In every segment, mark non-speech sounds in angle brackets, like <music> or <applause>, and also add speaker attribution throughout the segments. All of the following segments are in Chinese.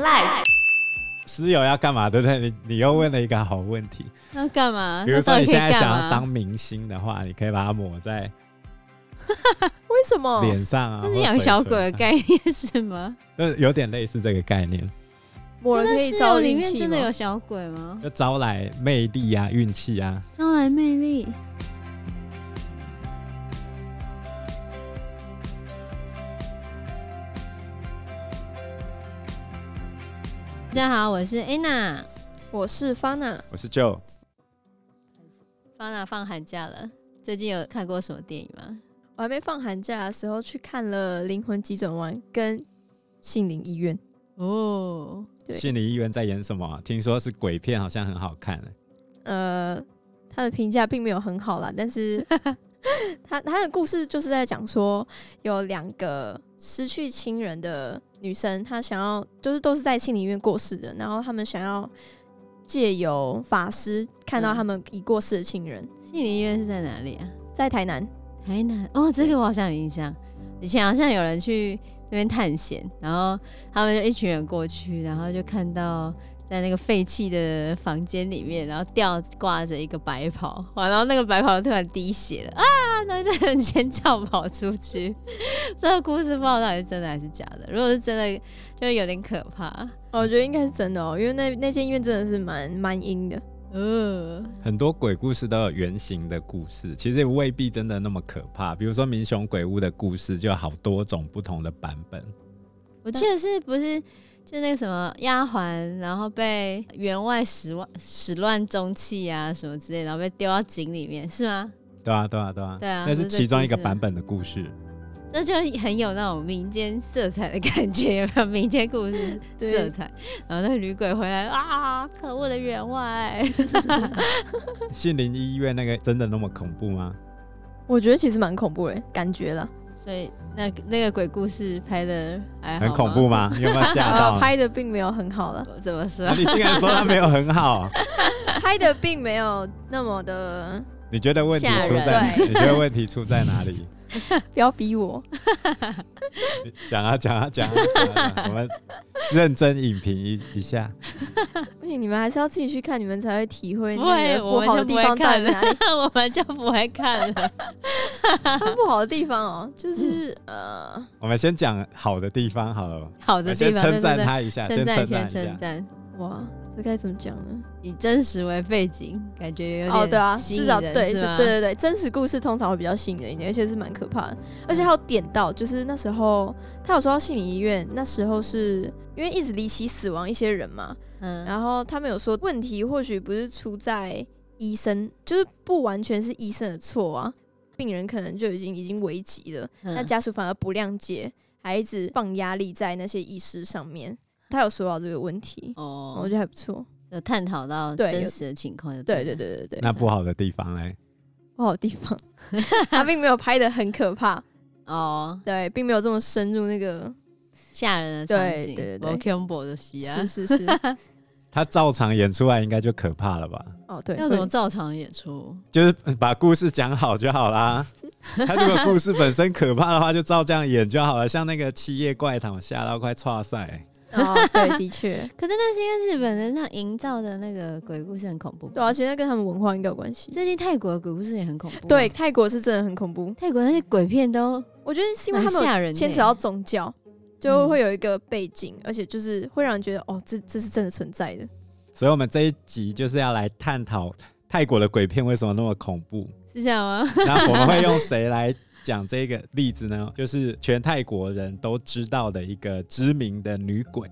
Speaker 1: life。
Speaker 2: 室友要干嘛，对不对？你你又问了一个好问题。
Speaker 3: 要干嘛？
Speaker 2: 比如
Speaker 3: 啊那到
Speaker 2: 说
Speaker 3: 底
Speaker 2: 你
Speaker 3: 可以
Speaker 2: 现在
Speaker 3: 干
Speaker 2: 想要
Speaker 3: 嘛
Speaker 2: 当？明星的话，你可以把它抹在
Speaker 1: 为什么？
Speaker 2: 脸上啊，
Speaker 3: 那
Speaker 2: 或
Speaker 3: 是
Speaker 2: 者
Speaker 3: 养
Speaker 2: 嘴
Speaker 3: 小
Speaker 2: 唇
Speaker 3: 鬼的
Speaker 2: 上，
Speaker 3: 概念是吗？
Speaker 2: 就是有点类似这个概念，
Speaker 1: 抹了
Speaker 3: 那
Speaker 1: 可
Speaker 3: 室
Speaker 1: 以招
Speaker 3: 友里
Speaker 1: 运
Speaker 3: 面
Speaker 1: 气
Speaker 3: 真的
Speaker 1: 吗
Speaker 3: 有小鬼吗？
Speaker 2: 就招来魅力啊、运气啊。
Speaker 3: 招来魅力。大家好，我是 Anna。
Speaker 1: 我是方娜，
Speaker 2: 我是 Joe，
Speaker 3: 方娜放寒假了，最近有看过什么电影吗？
Speaker 1: 我还没放寒假的时候去看了《灵魂急转弯》跟《杏林医院》。
Speaker 3: 哦，
Speaker 1: 对
Speaker 2: 心理医院在演什么啊、听说是鬼片，好像很好看、
Speaker 1: 呃，他的评价并没有很好啦，但 <laughs> 是他他的故事就是在讲说，有两个失去亲人的女生，她想要就是都是在心理医院过世的，然后她们想要借由法师看
Speaker 3: 嗯
Speaker 1: 到他们已过世的亲人，
Speaker 3: 心理医院是在哪里啊？
Speaker 1: 在台南。
Speaker 3: 台南哦，这个我好像有印象，以前好像有人去那边探险，然后他们就一群人过去，然后就看到在那个废弃的房间里面，然后吊挂着一个白袍，哇，然后那个白袍突然滴血了啊，然后就很尖叫跑出去。 <laughs> 这个故事不知道到底是真的还是假的，如果是真的，就有点可怕。
Speaker 1: 哦，我觉得应该是真的哦，因为那那间医院真的是蛮蛮阴的。
Speaker 3: 呃，
Speaker 2: 很多鬼故事都有原型的故事，其实也未必真的那么可怕。比如说《民雄鬼屋》的故事，就有好多种不同的版本。
Speaker 3: 我记得是不是就那个什么丫鬟，然后被员外使乱使乱中气啊什么之类，然后被丢到井里面，是吗？
Speaker 2: 对啊，对啊，对啊，
Speaker 3: 对啊
Speaker 2: 那
Speaker 3: 不
Speaker 2: 是
Speaker 3: 是这
Speaker 2: 其中
Speaker 3: 故
Speaker 2: 一个
Speaker 3: 事
Speaker 2: 版
Speaker 3: 吗
Speaker 2: 本的故事。
Speaker 3: 这就很有那种民间色彩的感觉，有没有？民间故事
Speaker 1: 对
Speaker 3: 色彩。然后那个女鬼回来啊，可恶的员外， <laughs>
Speaker 2: 杏林医院那个真的那么恐怖吗？
Speaker 1: 我觉得其实蛮恐怖的，感觉啦，
Speaker 3: 所以那那个鬼故事拍的还好
Speaker 2: 很
Speaker 3: 哦吗
Speaker 2: 恐怖？
Speaker 3: <laughs>
Speaker 2: 吗？你有没有吓
Speaker 1: 呃
Speaker 2: 到？，
Speaker 1: 拍的并没有很好啦，
Speaker 3: 怎么说 <laughs>
Speaker 2: 啊、？你竟然说它没有很好，
Speaker 1: 拍的并没有那么的，
Speaker 2: 你觉得问题
Speaker 3: 吓
Speaker 2: 出
Speaker 3: 人
Speaker 2: 在？
Speaker 1: 对
Speaker 2: 你觉得问题出在哪
Speaker 3: <laughs>
Speaker 2: 里？
Speaker 1: 不要逼我。
Speaker 2: 你讲啊讲啊讲啊讲啊！讲啊我们认真影评一一下。
Speaker 1: 而且你们还是要自己去看，你们才会体会
Speaker 3: 不
Speaker 1: 那
Speaker 3: 会
Speaker 1: 个
Speaker 3: 我
Speaker 1: 不
Speaker 3: 们
Speaker 1: 好的
Speaker 3: 就
Speaker 1: 地
Speaker 3: 不会
Speaker 1: 方到底
Speaker 3: 看
Speaker 1: 在哪里。
Speaker 3: 我们就不会看了。 <laughs>
Speaker 1: 它不好的地方哦，就是呃，
Speaker 2: 我们先讲好的地方好了，
Speaker 3: 好
Speaker 2: 我
Speaker 3: 的
Speaker 2: 们
Speaker 3: 地
Speaker 2: 先
Speaker 3: 方，
Speaker 2: 称赞
Speaker 3: 对
Speaker 2: 他一下，
Speaker 3: 对对，
Speaker 2: 称
Speaker 3: 称赞先
Speaker 2: 赞一
Speaker 3: 称
Speaker 2: 下。
Speaker 3: 赞。
Speaker 1: 哇，这该怎么讲呢？
Speaker 3: 以真实为背景，感觉有点
Speaker 1: 哦，对啊，
Speaker 3: 吸引
Speaker 1: 至少
Speaker 3: 人
Speaker 1: 对
Speaker 3: 是
Speaker 1: 是
Speaker 3: 吗
Speaker 1: 对对对，真实故事通常会比较吸引人一点，而且是蛮可怕的。而
Speaker 3: 嗯
Speaker 1: 且还有点到，就是那时候他有说到心理医院，那时候是因为一直离奇死亡一些人嘛，
Speaker 3: 嗯，
Speaker 1: 然后他们有说，问题或许不是出在医生，就是不完全是医生的错啊，病人可能就已经已经危急了，那
Speaker 3: 嗯
Speaker 1: 家属反而不谅解，还一直放压力在那些医师上面。他有说到这个问题，我
Speaker 3: 哦
Speaker 1: 觉，得还不错。
Speaker 3: 有探讨到
Speaker 1: 对
Speaker 3: 真
Speaker 1: 有
Speaker 3: 实的情况就
Speaker 1: 对
Speaker 3: 了
Speaker 1: 对，对对对，
Speaker 2: 那不好的地方嘞，
Speaker 1: 不好的地方， <laughs> 他并没有拍的很可怕，
Speaker 3: 哦，
Speaker 1: 对，并没有这么深入那个。
Speaker 3: 吓人的场
Speaker 1: 对
Speaker 3: 景，
Speaker 1: 对对
Speaker 3: 对 c o 的戏啊
Speaker 1: 是，是
Speaker 3: <laughs>
Speaker 1: 是，
Speaker 2: 他照常演出来应该就可怕了吧？
Speaker 1: 哦对，
Speaker 3: 要怎么
Speaker 1: 会
Speaker 3: 照常演出？
Speaker 2: 就是把故事讲好就好啦。他如果故事本身可怕的话，就照这样演就好了。像那个《七夜怪谈》，我吓到快岔赛。
Speaker 3: <laughs>
Speaker 1: 哦对，的确，
Speaker 3: 可是那是因为日本人他营造的那个鬼故事很恐怖吧，
Speaker 1: 对啊，其实跟他们文化应该有关系。
Speaker 3: 最近泰国的鬼故事也很恐怖啊，
Speaker 1: 对，泰国是真的很恐怖，
Speaker 3: 泰国那些鬼片都
Speaker 1: 我觉得是因为
Speaker 3: 蛮
Speaker 1: 他们有
Speaker 3: 吓人的，欸嗯
Speaker 1: 牵扯到宗教，就会有一个背景，而且就是会让人觉得哦，这这是真的存在的。
Speaker 2: 所以我们这一集就是要来探讨泰国的鬼片为什么那么恐怖。
Speaker 3: 是这样吗？
Speaker 2: 那我们会用谁来讲这个例子呢？就是全泰国人都知道的一个知名的女鬼。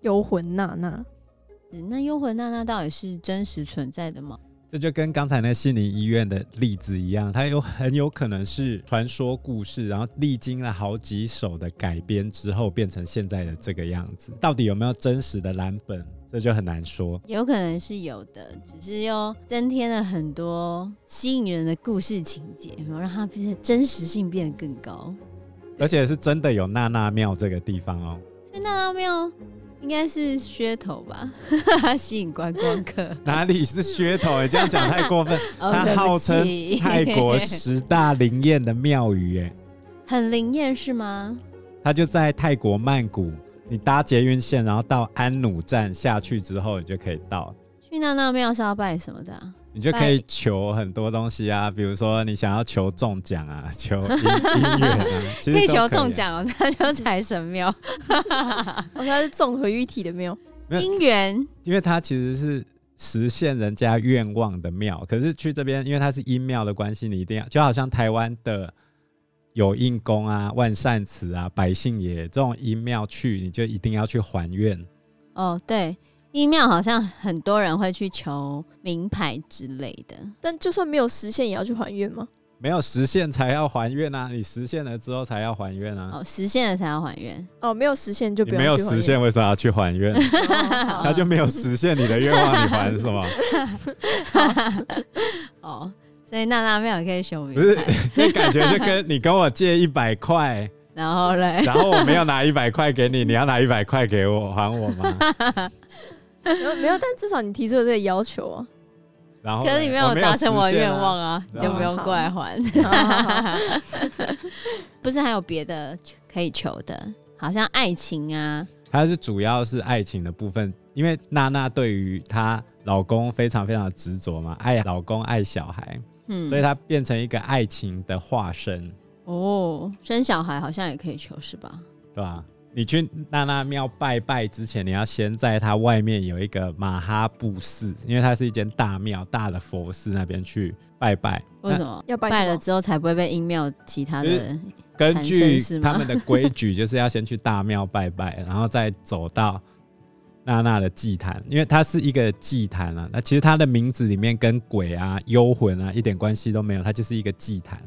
Speaker 1: 幽魂娜娜，
Speaker 3: <laughs> 那幽魂娜娜到底是真实存在的吗？
Speaker 2: 这就跟刚才那悉尼医院的例子一样，它有很有可能是传说故事，然后历经了好几首的改编之后，变成现在的这个样子。到底有没有真实的蓝本，这就很难说。
Speaker 3: 有可能是有的，只是又增添了很多吸引人的故事情节，然后让它变得真实性变得更高。
Speaker 2: 而且是真的有娜娜庙这个地方哦。
Speaker 3: 所以那道庙应该是噱头吧， <laughs> 吸引观光
Speaker 2: <laughs>
Speaker 3: 客。
Speaker 2: 哪里是噱头？欸你这样讲太过分。
Speaker 3: <laughs> 哦
Speaker 2: 它
Speaker 3: 对不
Speaker 2: 号称
Speaker 3: 起
Speaker 2: 泰国
Speaker 3: <laughs>
Speaker 2: 十大灵验的庙宇，哎，
Speaker 3: 很灵验是吗？
Speaker 2: 它就在泰国曼谷你搭捷运线，然后到安努站下去之后，你就可以到，
Speaker 3: 去那那庙是要拜什么的、啊？
Speaker 2: 你就可以求很多东西啊，比如说你想要求中奖啊，求音音乐啊，其实
Speaker 3: 可以
Speaker 2: 都
Speaker 3: 求中，奖哦， <laughs> 那就财神庙。
Speaker 1: 哦，它是综合一体的庙，
Speaker 2: 没有
Speaker 3: 姻缘
Speaker 2: 因为它其实是。实现人家愿望的庙，可是去这边，因为它是阴庙的关系，你一定要就好像台湾的有应宫啊、万善祠啊、百姓爷这种阴庙去，你就一定要去还愿。
Speaker 3: 哦，对，一庙好像很多人会去求名牌之类的。
Speaker 1: 但就算没有实现，也要去还愿吗？
Speaker 2: 没有实现才要还愿啊，你实现了之后才要还愿啊。
Speaker 3: 哦，实现了才要还愿。
Speaker 1: 哦，没有实现就
Speaker 2: 你
Speaker 1: 不用
Speaker 2: 没有
Speaker 1: 去还
Speaker 2: 实
Speaker 1: 愿
Speaker 2: 现，，为什么要去还愿？
Speaker 1: 哦
Speaker 2: <laughs>
Speaker 1: 好
Speaker 2: 他就没有实现你的愿望，你还什么？
Speaker 3: <laughs> 哦，所以娜娜庙也可以求 <laughs> 名
Speaker 2: 不是
Speaker 3: 牌。，
Speaker 2: 这感觉就跟你跟我借一百块，
Speaker 3: 然后嘞，
Speaker 2: <laughs> 然后我没有拿一百块给你，你要拿一百块给我还我
Speaker 3: <laughs>
Speaker 2: 吗？
Speaker 1: 没有没有，但至少你提出了这个要求
Speaker 3: <laughs>
Speaker 1: 啊。
Speaker 2: 然后
Speaker 3: 可是你没有
Speaker 2: 我
Speaker 3: 达成我的
Speaker 2: 实现
Speaker 3: 愿
Speaker 2: 啊
Speaker 3: 望啊，你就不用过来还。 <laughs> 不是还有别的可以求的，好像爱情啊，
Speaker 2: 她是主要是爱情的部分，因为娜娜对于她老公非常非常的执着嘛，爱老公爱小孩，
Speaker 3: 嗯，
Speaker 2: 所以她变成一个爱情的化身，
Speaker 3: 哦，生小孩好像也可以求是吧？
Speaker 2: 对吧？你去娜娜庙拜拜之前，你要先在它外面有一个马哈布寺，因为它是一间大庙、大的佛寺那边去拜拜。
Speaker 3: 为什么
Speaker 1: 要拜
Speaker 3: 拜
Speaker 1: 什
Speaker 3: 了
Speaker 1: 么
Speaker 3: 之后才不会被阴庙其他
Speaker 2: 就
Speaker 3: 的？
Speaker 2: 那根据
Speaker 3: 产生是吗
Speaker 2: 他们的规矩，就是要先去大庙拜拜，然后再走到娜娜的祭坛，因为它是一个祭坛啊。那其实它的名字里面跟鬼啊、幽魂啊一点关系都没有，它啊就是一个祭坛。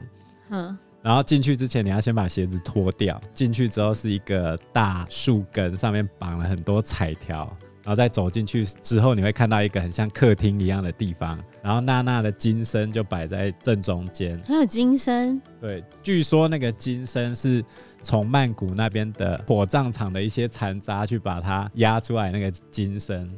Speaker 3: 嗯，
Speaker 2: 然后进去之前，你要先把鞋子脱掉。进去之后是一个大树根，上面绑了很多彩条。然后再走进去之后，你会看到一个很像客厅一样的地方。然后娜娜的金身就摆在正中间。
Speaker 3: 还有金身
Speaker 2: 对，据说那个金身是从曼谷那边的火葬场的一些残渣去把它压出来，那个金身。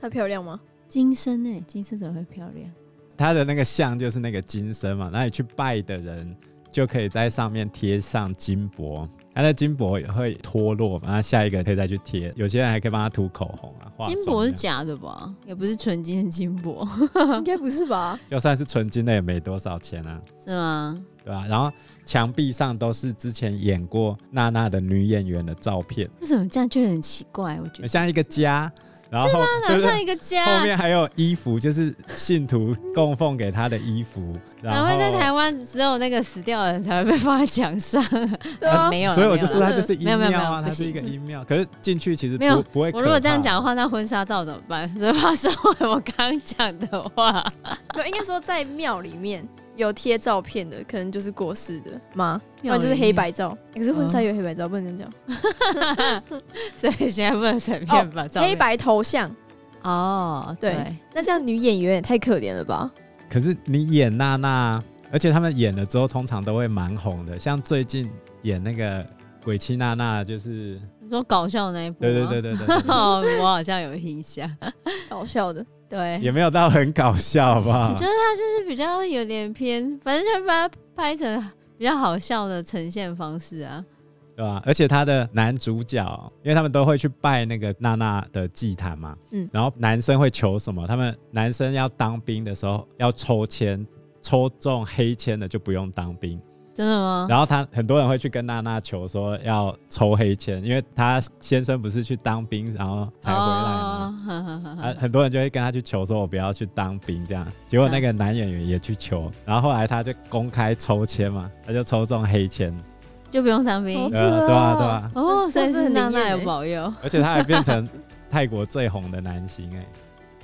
Speaker 1: 它漂亮 <laughs> 吗？
Speaker 3: 金身哎、金身怎么会漂亮？
Speaker 2: 它的那个像就是那个金身嘛，那你去拜的人就可以在上面贴上金箔，它的金箔也会脱落嘛，那下一个可以再去贴，有些人还可以帮他涂口红啊，化妆
Speaker 3: 金箔是
Speaker 2: 这样
Speaker 3: 假的吧？也不是纯金的金箔
Speaker 1: 应该不是吧？
Speaker 2: 就算是纯金的也没多少钱啊，
Speaker 3: 是吗？
Speaker 2: 对吧、然后墙壁上都是之前演过娜娜的女演员的照片，
Speaker 3: 为什么这样就很奇怪？我觉得
Speaker 2: 像一个家，然后
Speaker 3: 哪
Speaker 2: 对哎对
Speaker 3: 像一个家？
Speaker 2: 后面还有衣服，就是信徒供奉给他的衣
Speaker 3: <laughs>
Speaker 2: 服，然
Speaker 3: 哪
Speaker 2: 后
Speaker 3: 会在台湾只有那个死掉的人才会被放在墙上？
Speaker 1: 对啊，
Speaker 3: 没有啦，
Speaker 2: 所以我就
Speaker 3: 没
Speaker 2: 说
Speaker 3: 有啦
Speaker 2: 它就是阴
Speaker 3: 没有没有
Speaker 2: 庙
Speaker 3: 没有
Speaker 2: 啊，它
Speaker 3: 不
Speaker 2: 是
Speaker 3: 行
Speaker 2: 一个阴庙。可是进去其实
Speaker 3: 没有
Speaker 2: 不不会。
Speaker 3: 我如果这样讲，的话，那婚纱照怎么办？所以话说回我刚刚讲的话，
Speaker 1: 没有，应该说在庙里面有贴照片的，可能就是过世的吗？不
Speaker 3: 庙里面
Speaker 1: 然就是黑白照。嗯可是婚纱有黑白照，不能这样
Speaker 3: <laughs> 所以现在不能随便把照片
Speaker 1: 讲。黑白头像，
Speaker 3: 哦，
Speaker 1: 对
Speaker 3: 对，
Speaker 1: 那这样女演员也太可怜了吧？
Speaker 2: 可是你演娜娜，而且他们演了之后，通常都会蛮红的。像最近演那个鬼妻娜娜，就是
Speaker 3: 你说搞笑那一部，
Speaker 2: 对对对
Speaker 3: 对。
Speaker 2: 对对对对，
Speaker 3: 哦，我好像有印象，
Speaker 1: 搞笑的，
Speaker 3: 对，
Speaker 2: 也没有啊到很搞笑，好不好
Speaker 3: <laughs> 觉？得他就是比较有点偏，反正就把它拍成比较好笑的呈现方式啊。
Speaker 2: 对吧？而且他的男主角，因为他们都会去拜那个娜娜的祭坛嘛，嗯
Speaker 1: 嗯，
Speaker 2: 然后男生会求什么？他们男生要当兵的时候要抽签，抽中黑签的就不用当兵。
Speaker 3: 真的
Speaker 1: 哦
Speaker 3: 吗？
Speaker 2: 然后他很多人会去跟娜娜求说要抽黑签，因为他先生不是去当兵，然后才回来嘛。
Speaker 3: 哦呵呵呵呵
Speaker 2: 啊，很多人就会跟他去求说，我不要去当兵这样。结果那个男演员也去求，然后后来他就公开抽签嘛，他就抽中黑签，
Speaker 3: 就不用当兵
Speaker 1: 哦
Speaker 2: 对啊，对啊，对啊
Speaker 1: 啊。
Speaker 3: 哦，所以是娜
Speaker 1: 这很灵
Speaker 3: 娜
Speaker 1: 验欸
Speaker 3: 有保佑，
Speaker 2: 而且他还变成 <laughs> 泰国最红的男星哎、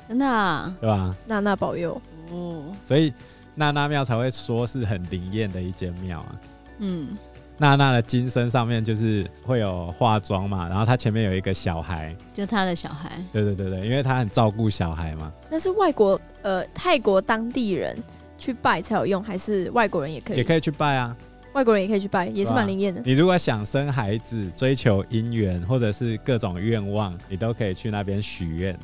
Speaker 3: 真的啊
Speaker 2: 对吧？
Speaker 1: 娜娜保佑。
Speaker 3: 哦，
Speaker 2: 所以娜娜庙才会说是很灵验的一间庙啊。
Speaker 3: 嗯，
Speaker 2: 娜娜的金身上面就是会有化妆嘛，然后她前面有一个小孩，
Speaker 3: 就他的小孩，
Speaker 2: 对对对对，因为他很照顾小孩嘛，
Speaker 1: 那是外国呃泰国当地人去拜才有用，还是外国人也可以？
Speaker 2: 也可以去拜啊。
Speaker 1: 外国人也可以去拜，也
Speaker 2: 对
Speaker 1: 是
Speaker 2: 啊
Speaker 1: 蛮灵验的。
Speaker 2: 你如果想生孩子、追求姻缘或者是各种愿望，你都可以去那边许愿。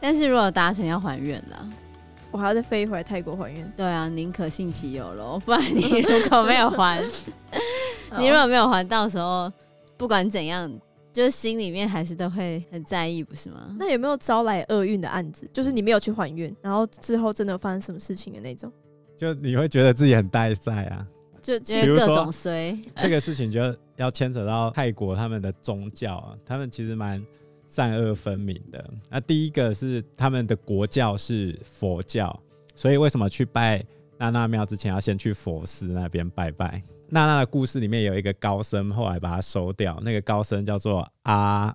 Speaker 3: 但是如果达成要还愿啦，
Speaker 1: 我还要再飞回来泰国还愿。
Speaker 3: 对啊，宁可信其有咯，不然你
Speaker 1: <laughs>
Speaker 3: 如果没有还，你如
Speaker 1: 哦
Speaker 3: 果没有还，到时候不管怎样，就是心里面还是都会很在意，不是吗？
Speaker 1: 那有没有招来厄运的案子？就是你没有去还愿，然后之后真的发生什么事情的那种？
Speaker 2: 就你会觉得自己很带赛啊。
Speaker 1: 就
Speaker 3: 就
Speaker 1: 就
Speaker 2: 比
Speaker 3: 是
Speaker 2: 如
Speaker 3: 各
Speaker 2: 说
Speaker 3: 种衰，
Speaker 2: 这个事情就要牵扯到泰国他们的宗教啊，他们其实蛮善恶分明的。那第一个是他们的国教是佛教，所以为什么去拜娜娜庙之前要先去佛寺那边拜拜？娜娜的故事里面有一个高僧，后来把他收掉，那个高僧叫做阿，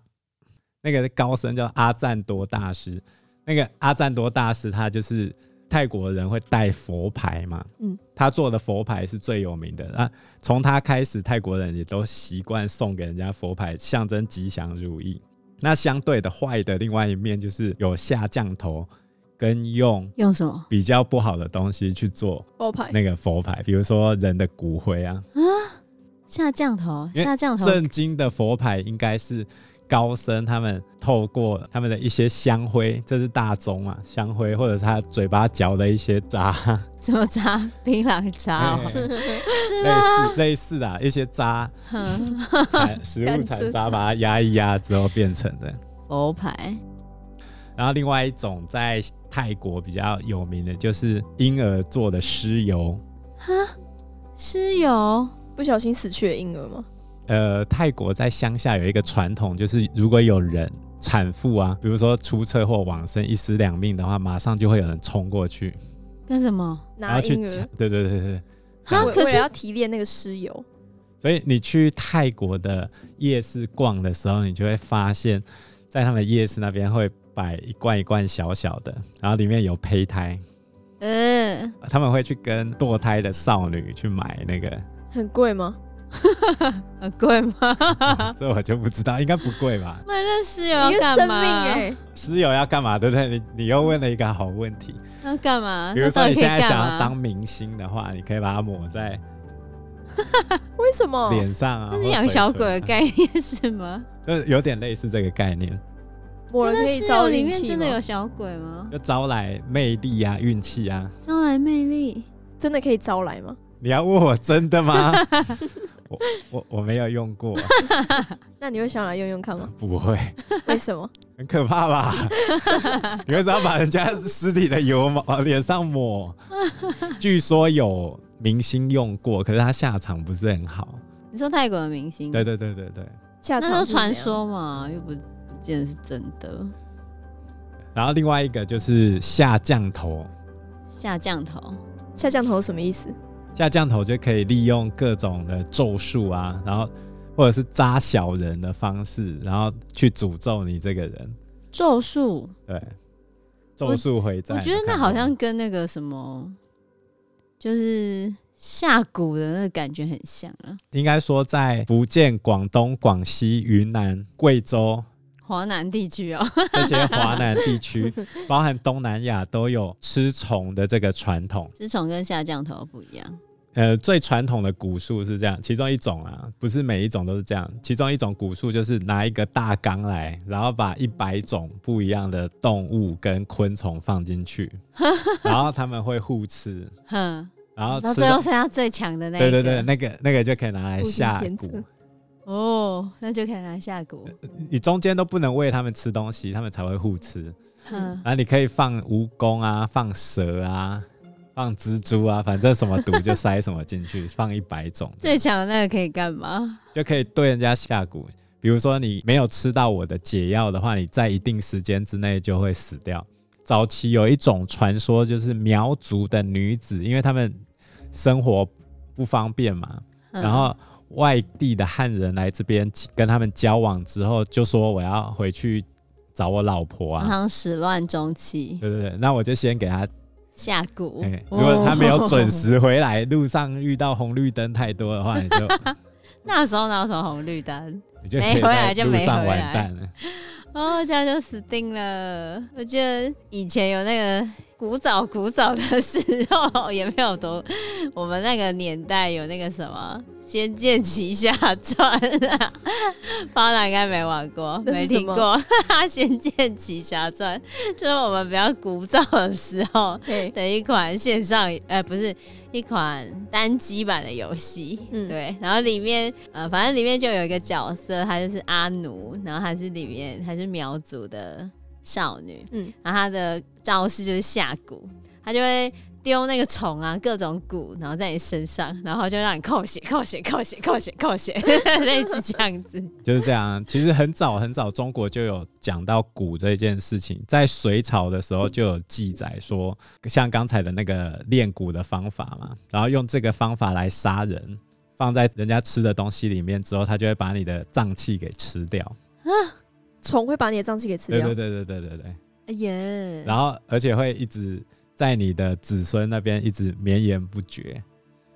Speaker 2: 那个高僧叫阿赞多大师。那个阿赞多大师他就是泰国人会带佛牌嘛，
Speaker 1: 嗯
Speaker 2: 嗯，他做的佛牌是最有名的。啊那从他开始，泰国人也都习惯送给人家佛牌，象征吉祥如意。那相对的坏的另外一面就是有下降头，跟用
Speaker 3: 用什么？
Speaker 2: 比较不好的东西去做
Speaker 1: 佛牌，
Speaker 2: 那个佛牌，比如说人的骨灰啊。
Speaker 3: 下降头，
Speaker 2: 因为
Speaker 3: 下降头，
Speaker 2: 正经的佛牌应该是高僧他们透过他们的一些香灰，这是大宗嘛，香灰或者是他嘴巴嚼的一些渣，
Speaker 3: 什么渣？槟榔渣、哦，是
Speaker 2: 哎类
Speaker 3: 吗
Speaker 2: 似？类似的啊一些渣，
Speaker 1: <laughs>
Speaker 3: 哼
Speaker 2: 残食物残渣把它压一压之后变成的。
Speaker 3: 佛牌，
Speaker 2: 然后另外一种在泰国比较有名的就是婴儿做的尸油，
Speaker 3: 尸油，
Speaker 1: 不小心死去的婴儿吗？
Speaker 2: 呃，泰国在乡下有一个传统，就是如果有人产妇啊，比如说出车祸往生一尸两命的话，马上就会有人冲过去，
Speaker 3: 跟什么？
Speaker 2: 然
Speaker 1: 拿
Speaker 2: 后去
Speaker 1: 婴
Speaker 2: 抢
Speaker 1: 儿，。
Speaker 2: 对对对对。
Speaker 3: 哈，
Speaker 1: 我
Speaker 3: 可
Speaker 1: 我也
Speaker 3: 是
Speaker 1: 要提炼那个尸油，
Speaker 2: 所以你去泰国的夜市逛的时候，你就会发现，在他们夜市那边会摆一罐一罐小小的，然后里面有胚胎，
Speaker 3: 嗯，
Speaker 2: 他们会去跟堕胎的少女去买那
Speaker 3: <laughs>
Speaker 2: 个，
Speaker 1: 很贵吗？
Speaker 3: 很贵吗？啊
Speaker 2: 这我就不知道，应该不贵吧？
Speaker 3: 买那尸油
Speaker 1: 一
Speaker 3: 要
Speaker 1: 个
Speaker 3: 干
Speaker 1: 生命
Speaker 3: 嘛？
Speaker 1: 哎、
Speaker 2: 石油要干嘛？对不对？你你又问了一个好问题。
Speaker 3: 要干嘛？
Speaker 2: 比如
Speaker 3: 啊那到
Speaker 2: 说你
Speaker 3: 底可
Speaker 2: 现
Speaker 3: 以
Speaker 2: 在
Speaker 3: 干
Speaker 2: 想要
Speaker 3: 嘛？
Speaker 2: 当明星的话，你可以把它抹在
Speaker 1: 为什么？
Speaker 2: 脸上啊，
Speaker 3: 哦
Speaker 2: 或
Speaker 3: 那是
Speaker 2: 者
Speaker 3: 养小鬼
Speaker 2: 嘴唇
Speaker 3: 的
Speaker 2: 上，
Speaker 3: 概念是吗？
Speaker 2: 就是有点类似这个概念，
Speaker 1: 抹了
Speaker 3: 那
Speaker 1: 可以
Speaker 3: 尸
Speaker 1: 招
Speaker 3: 油里
Speaker 1: 运
Speaker 3: 面
Speaker 1: 气
Speaker 3: 真的
Speaker 1: 吗
Speaker 3: 有小鬼吗？
Speaker 2: 就招来魅力啊、运气啊。
Speaker 3: 招来魅力，
Speaker 1: 真的可以招来吗？
Speaker 2: 你要问我真的吗？ <laughs> 我我我没有用过， <laughs>
Speaker 1: 那你会想来用用看 <laughs> 吗？
Speaker 2: 不会，
Speaker 1: 为什么？
Speaker 2: 很可怕吧？你为什么要把人家尸体的油往往脸上抹？据说有明星用过，可是他下场不是很好。
Speaker 3: 你说泰国的明星，
Speaker 2: 对对对对对。
Speaker 1: 下场
Speaker 3: 那都
Speaker 1: 是怎
Speaker 3: 传
Speaker 1: 样
Speaker 3: 说嘛，又不不见得是真的。
Speaker 2: 然后另外一个就是下降头，
Speaker 3: 下降头，
Speaker 1: 下降头什么意思？
Speaker 2: 下降头就可以利用各种的咒术啊，然后或者是扎小人的方式，然后去诅咒你这个人。
Speaker 3: 咒术，
Speaker 2: 对，咒术回战。
Speaker 3: 我觉得那好像跟那个什么，就是下蛊的那个感觉很像啊。
Speaker 2: 应该说在福建、广东、广西、云南、贵州 <laughs>
Speaker 3: 华南地区哦， <laughs>
Speaker 2: 这些华南地区，包含东南亚都有吃虫的这个传统。
Speaker 3: 自从跟下降头不一样，
Speaker 2: 呃，最传统的蛊术是这样，其中一种啊，不是每一种都是这样。其中一种蛊术就是拿一个大缸来，然后把一百种不一样的动物跟昆虫放进去，
Speaker 3: <laughs>
Speaker 2: 然后他们会互吃，
Speaker 3: 哼，
Speaker 2: 然后
Speaker 3: 到
Speaker 2: 啊吃
Speaker 3: 最
Speaker 2: 到
Speaker 3: 后剩下最强的那一
Speaker 2: 对
Speaker 3: 个，
Speaker 2: 对对，那个那个就可以拿来
Speaker 1: 物竞
Speaker 2: 下
Speaker 1: 天
Speaker 2: 蛊
Speaker 1: 择。
Speaker 3: 哦，那就可以拿下蛊， <laughs>
Speaker 2: 你中间都不能喂他们吃东西，他们才会互吃。 <laughs>
Speaker 3: 哼，
Speaker 2: 啊然后你可以放蜈蚣啊，放蛇啊，放蜘蛛啊，反正什么毒就塞什么进去， <laughs> 放一百种。
Speaker 3: 最强的那个可以干嘛？
Speaker 2: 就可以对人家下蛊。比如说你没有吃到我的解药的话，你在一定时间之内就会死掉。早期有一种传说，就是苗族的女子，因为她们生活不方便嘛，
Speaker 3: 嗯
Speaker 2: 然后外地的汉人来这边跟他们交往之后，就说我要回去找我老婆
Speaker 3: 常
Speaker 2: 啊。
Speaker 3: 常始乱终弃，
Speaker 2: 对对对，那我就先给他。
Speaker 3: 下蛊
Speaker 2: 哎，如果他没有准时回来，路上遇到红绿灯太多的话，你
Speaker 3: <laughs>
Speaker 2: 就
Speaker 3: 那时候哪有什么红绿灯？
Speaker 2: 你就可
Speaker 3: 没
Speaker 2: 以
Speaker 3: 回
Speaker 2: 在
Speaker 3: 来就
Speaker 2: 路
Speaker 3: 没
Speaker 2: 上
Speaker 3: 回
Speaker 2: 完
Speaker 3: 来
Speaker 2: 蛋了。
Speaker 3: 哦，这样就死定了。我记得以前有那个古早古早的时候，也没有多，我们那个年代有那个什么《仙剑奇侠传》啊，巴兰应该没玩过，
Speaker 1: 那
Speaker 3: 没
Speaker 1: 是什
Speaker 3: 听
Speaker 1: 么
Speaker 3: 过 <laughs> 《仙剑奇侠传》，就是我们比较古早的时候
Speaker 1: 对，
Speaker 3: 的一款线上，呃，不是一款单机版的游戏，
Speaker 1: 嗯
Speaker 3: 对。然后里面，呃，反正里面就有一个角色，她就是阿奴，然后她是里面她是苗族的少女，
Speaker 1: 嗯，
Speaker 3: 然后她的招式就是下蛊，她就会。丢那个虫啊，各种蛊，然后在你身上，然后就让你扣血、扣血、扣血、扣血、扣血， <laughs> 类似这样 <laughs> 子。
Speaker 2: 就是这样。其实很早很早，中国就有讲到蛊这件事情，在隋朝的时候就有记载说，像刚才的那个炼蛊的方法嘛，然后用这个方法来杀人，放在人家吃的东西里面之后，它就会把你的脏器给吃掉。
Speaker 3: 啊
Speaker 1: 虫会把你的脏器给吃
Speaker 2: 对
Speaker 1: 掉
Speaker 2: 对。对对对对对。
Speaker 3: 哎呀，
Speaker 2: 然后而且会一直在你的子孙那边一直绵延不绝，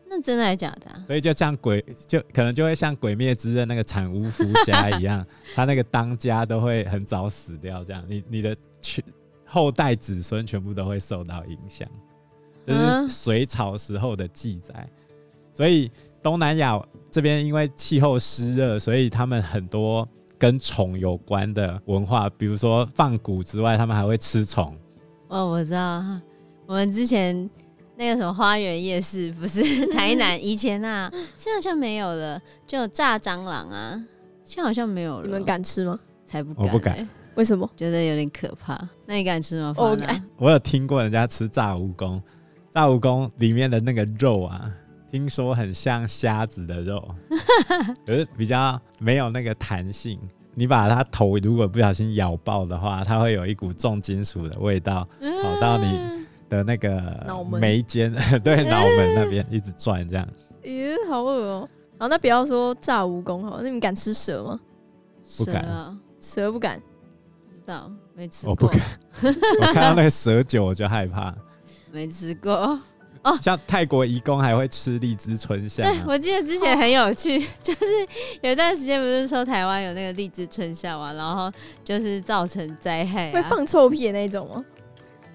Speaker 3: 那真的还假的、啊？
Speaker 2: 所以就像鬼就可能就会像《鬼灭之刃》那个产屋夫家一样，他那个当家都会很早死掉，这样你你的全后代子孙全部都会受到影响，这
Speaker 3: 啊
Speaker 2: 是隋朝时候的记载，所以东南亚这边因为气候湿热，所以他们很多跟虫有关的文化，比如说放蛊之外，他们还会吃虫。
Speaker 3: 哦，我知道，我们之前那个什么花园夜市，不
Speaker 1: <laughs>
Speaker 3: 是台南以前啊，现在好像没有了，就有炸蟑螂啊，现在好像没有了。
Speaker 1: 你们？敢吃吗？
Speaker 3: 才不敢、
Speaker 2: 哦我不敢
Speaker 3: 欸
Speaker 1: 为什么？
Speaker 3: 觉得有点可怕。那你敢吃吗？哦
Speaker 1: 哦我，
Speaker 3: <laughs>
Speaker 1: 敢
Speaker 2: 我有听过人家吃炸蜈蚣，炸蜈蚣里面的那个肉啊，听说很像虾子的肉，可是比较没有那个弹性。你把它头如果不小心咬爆的话，它会有一股重金属的味道
Speaker 3: 嗯
Speaker 2: 跑到你的那个
Speaker 1: 脑门
Speaker 2: 眉间， <laughs> 对脑门那边一直转这样。
Speaker 1: 咦、好恶哦、好，那不要说炸蜈蚣好了，那你们敢吃蛇吗？
Speaker 2: 不敢哦
Speaker 3: 蛇啊
Speaker 1: 蛇不敢，
Speaker 3: 不知道，没吃过，
Speaker 2: 我不敢， <laughs> 我看到那个蛇酒我就害怕。
Speaker 3: 没吃
Speaker 2: <laughs>
Speaker 3: 过。
Speaker 2: 像泰国移工还会吃荔枝春夏、
Speaker 3: <laughs> 对，
Speaker 2: 啊，
Speaker 3: 我记得之前很有趣， <laughs> 就是有一段时间不是说台湾有那个荔枝春夏嘛，然后就是造成灾害、啊，
Speaker 1: 会放臭屁的那一种吗？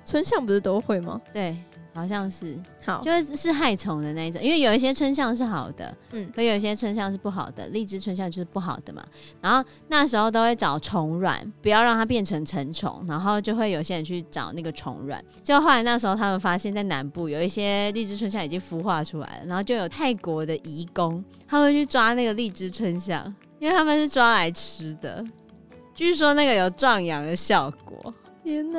Speaker 1: 春象不是都会吗？
Speaker 3: 对，好像是。
Speaker 1: 好，
Speaker 3: 就是是害虫的那一种，因为有一些春象是好的，
Speaker 1: 嗯，
Speaker 3: 可有一些春象是不好的，荔枝春象就是不好的嘛。然后那时候都会找虫卵，不要让它变成成虫，然后就会有些人去找那个虫卵。结果后来那时候他们发现，在南部有一些荔枝春象已经孵化出来了，然后就有泰国的移工，他们去抓那个荔枝春象，因为他们是抓来吃的，据说那个有壮阳的效果。
Speaker 1: 天哪，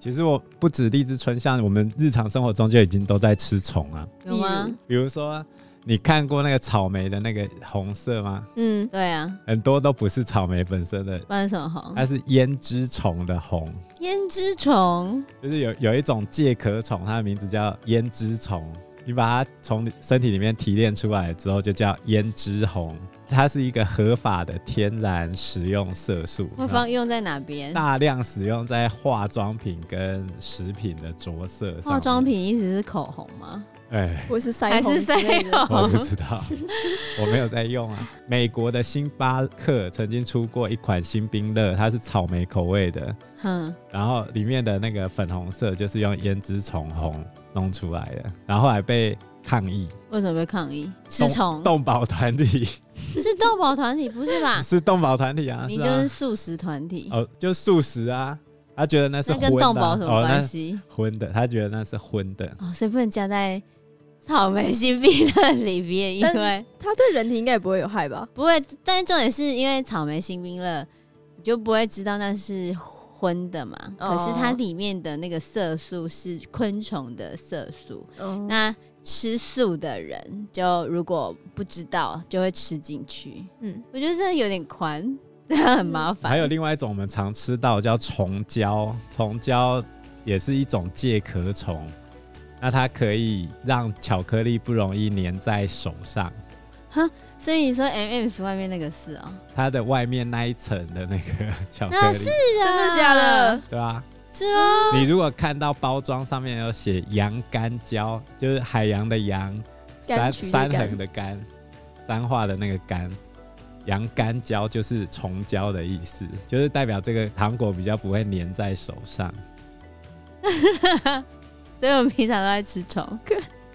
Speaker 2: 其实我不止荔枝春夏，我们日常生活中就已经都在吃虫啊。
Speaker 3: 有吗
Speaker 1: 例如？
Speaker 2: 比如说，你看过那个草莓的那个红色吗？
Speaker 1: 嗯，
Speaker 3: 对啊，
Speaker 2: 很多都不是草莓本身的，
Speaker 3: 不然什么红？
Speaker 2: 它是胭脂虫的红，
Speaker 3: 胭脂虫。
Speaker 2: 就是有有一种介壳虫，它的名字叫胭脂虫。你把它从身体里面提炼出来之后，就叫胭脂红。它是一个合法的天然食用色素，
Speaker 3: 会
Speaker 2: 然后
Speaker 3: 放用在哪边？
Speaker 2: 大量使用在化妆品跟食品的着色上面。
Speaker 3: 化妆品意思是口红吗？
Speaker 2: 哎。
Speaker 1: 我是腮
Speaker 3: 还
Speaker 1: 红
Speaker 3: 是
Speaker 1: 之类的，
Speaker 3: 腮
Speaker 2: <laughs> 我
Speaker 3: 红
Speaker 2: 哦不？知道，我没有在用啊。美国的星巴克曾经出过一款新冰乐，它是草莓口味的，
Speaker 3: 哼，
Speaker 2: 然后里面的那个粉红色就是用胭脂虫红弄出来的，然后后来被抗议。
Speaker 3: 为什么会抗议？是虫？
Speaker 2: 动保团体？
Speaker 3: 是动保团体不是
Speaker 2: <laughs>
Speaker 3: 吧
Speaker 2: 是动保团体啊，
Speaker 3: 啊你
Speaker 2: 是
Speaker 3: 就
Speaker 2: 啊
Speaker 3: 是，素食团体，
Speaker 2: 哦，就素食啊，他觉得那是
Speaker 3: 那
Speaker 2: 荤的啊，
Speaker 3: 跟动保什么
Speaker 2: 哦，那
Speaker 3: 关
Speaker 2: 是
Speaker 3: 系？
Speaker 2: 荤的，他觉得那是荤的。
Speaker 3: 哦，所以不能加在草莓新冰乐里 <laughs> 面，因
Speaker 1: 但是
Speaker 3: 为
Speaker 1: 它对人体应该也不会有害吧？
Speaker 3: 不会。但是重点是因为草莓新冰乐，你就不会知道那是荤的嘛。
Speaker 1: 哦
Speaker 3: 可是它里面的那个色素是昆虫的色素，
Speaker 1: 嗯，
Speaker 3: 那吃素的人，就如果不知道，就会吃进去。
Speaker 1: 嗯，
Speaker 3: 我觉得这有点宽，这样很麻烦。
Speaker 2: 还有另外一种我们常吃到叫虫胶，虫胶也是一种介壳虫，那它可以让巧克力不容易粘在手上，
Speaker 3: 所以你说 M M's 外面那个是哦、
Speaker 2: 它的外面那一层的那个 <laughs> 巧克
Speaker 3: 那
Speaker 2: 力，
Speaker 3: 是
Speaker 1: 真的假的？？
Speaker 2: 对吧、
Speaker 3: 是吗？
Speaker 2: 你如果看到包装上面有写“洋甘胶”，就是海洋的洋，
Speaker 1: <laughs> 柑
Speaker 2: 三
Speaker 1: 橘的
Speaker 2: 三
Speaker 1: 柑
Speaker 2: 横的甘，三画的那个甘。洋甘胶就是虫胶的意思，就是代表这个糖果比较不会粘在手上。
Speaker 3: 所以我们平常都在吃虫。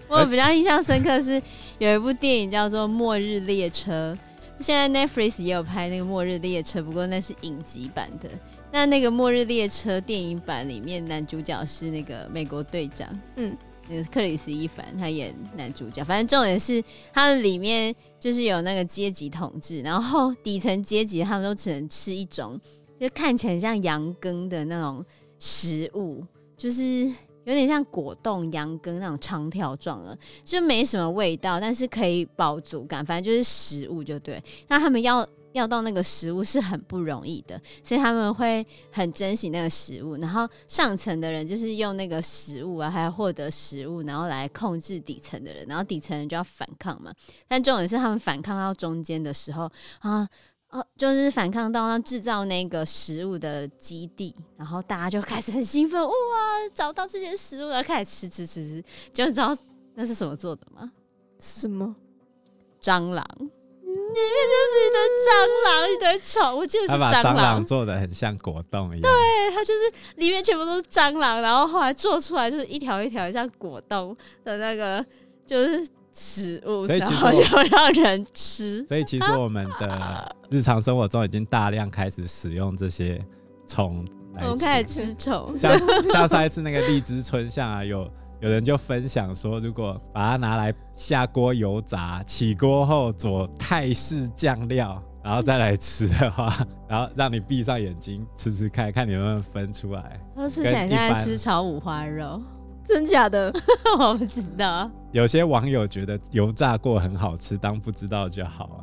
Speaker 3: 我比较印象深刻是有一部电影叫做《末日列车》，现在 Netflix 也有拍那个《末日列车》，不过那是影集版的。那那个《末日列车》电影版里面，男主角是那个美国队长，
Speaker 1: 嗯，
Speaker 3: 那个克里斯·伊凡，他演男主角。反正重点是他们里面就是有那个阶级统治，然后底层阶级他们都只能吃一种，就看起来很像羊羹的那种食物，就是有点像果冻、羊羹那种长条状的，就没什么味道，但是可以饱足感，反正就是食物就对。那他们要要到那个食物是很不容易的，所以他们会很珍惜那个食物。然后上层的人就是用那个食物啊，还有获得食物，然后来控制底层的人，然后底层人就要反抗嘛。但重点是他们反抗到中间的时候啊。哦，就是反抗到那制造那个食物的基地，然后大家就开始很兴奋，哦哇，找到这些食物了，开始吃吃吃吃，就知道那是什么做的吗？
Speaker 1: 什么？
Speaker 3: 蟑螂，里面就是一堆蟑螂，一堆虫，我记得是
Speaker 2: 他把
Speaker 3: 蟑
Speaker 2: 蟑
Speaker 3: 螂
Speaker 2: 螂，做的很像果冻一样。
Speaker 3: 对，它就是里面全部都是蟑螂，然后后来做出来就是一条一条像果冻的那个，就是食物，
Speaker 2: 所以
Speaker 3: 然
Speaker 2: 其实
Speaker 3: 后
Speaker 2: 我
Speaker 3: 就让人吃。
Speaker 2: 所以其实我们
Speaker 3: 啊
Speaker 2: 的日常生活中已经大量开始使用这些虫来
Speaker 3: 我们开始吃虫，
Speaker 2: 像像上一次那个荔枝春夏啊，有有人就分享说，如果把它拿来下锅油炸，起锅后佐泰式酱料，然后再来吃的话， <laughs> 然后让你闭上眼睛吃吃看，看你能不能分出来。
Speaker 3: 然后吃起来
Speaker 2: 跟
Speaker 3: 像
Speaker 2: 一
Speaker 3: 在
Speaker 2: 般
Speaker 3: 吃炒五花肉， <laughs>
Speaker 1: 真假的？ <laughs>
Speaker 3: 我不知道。
Speaker 2: 有些网友觉得油炸过很好吃，当不知道就好啊。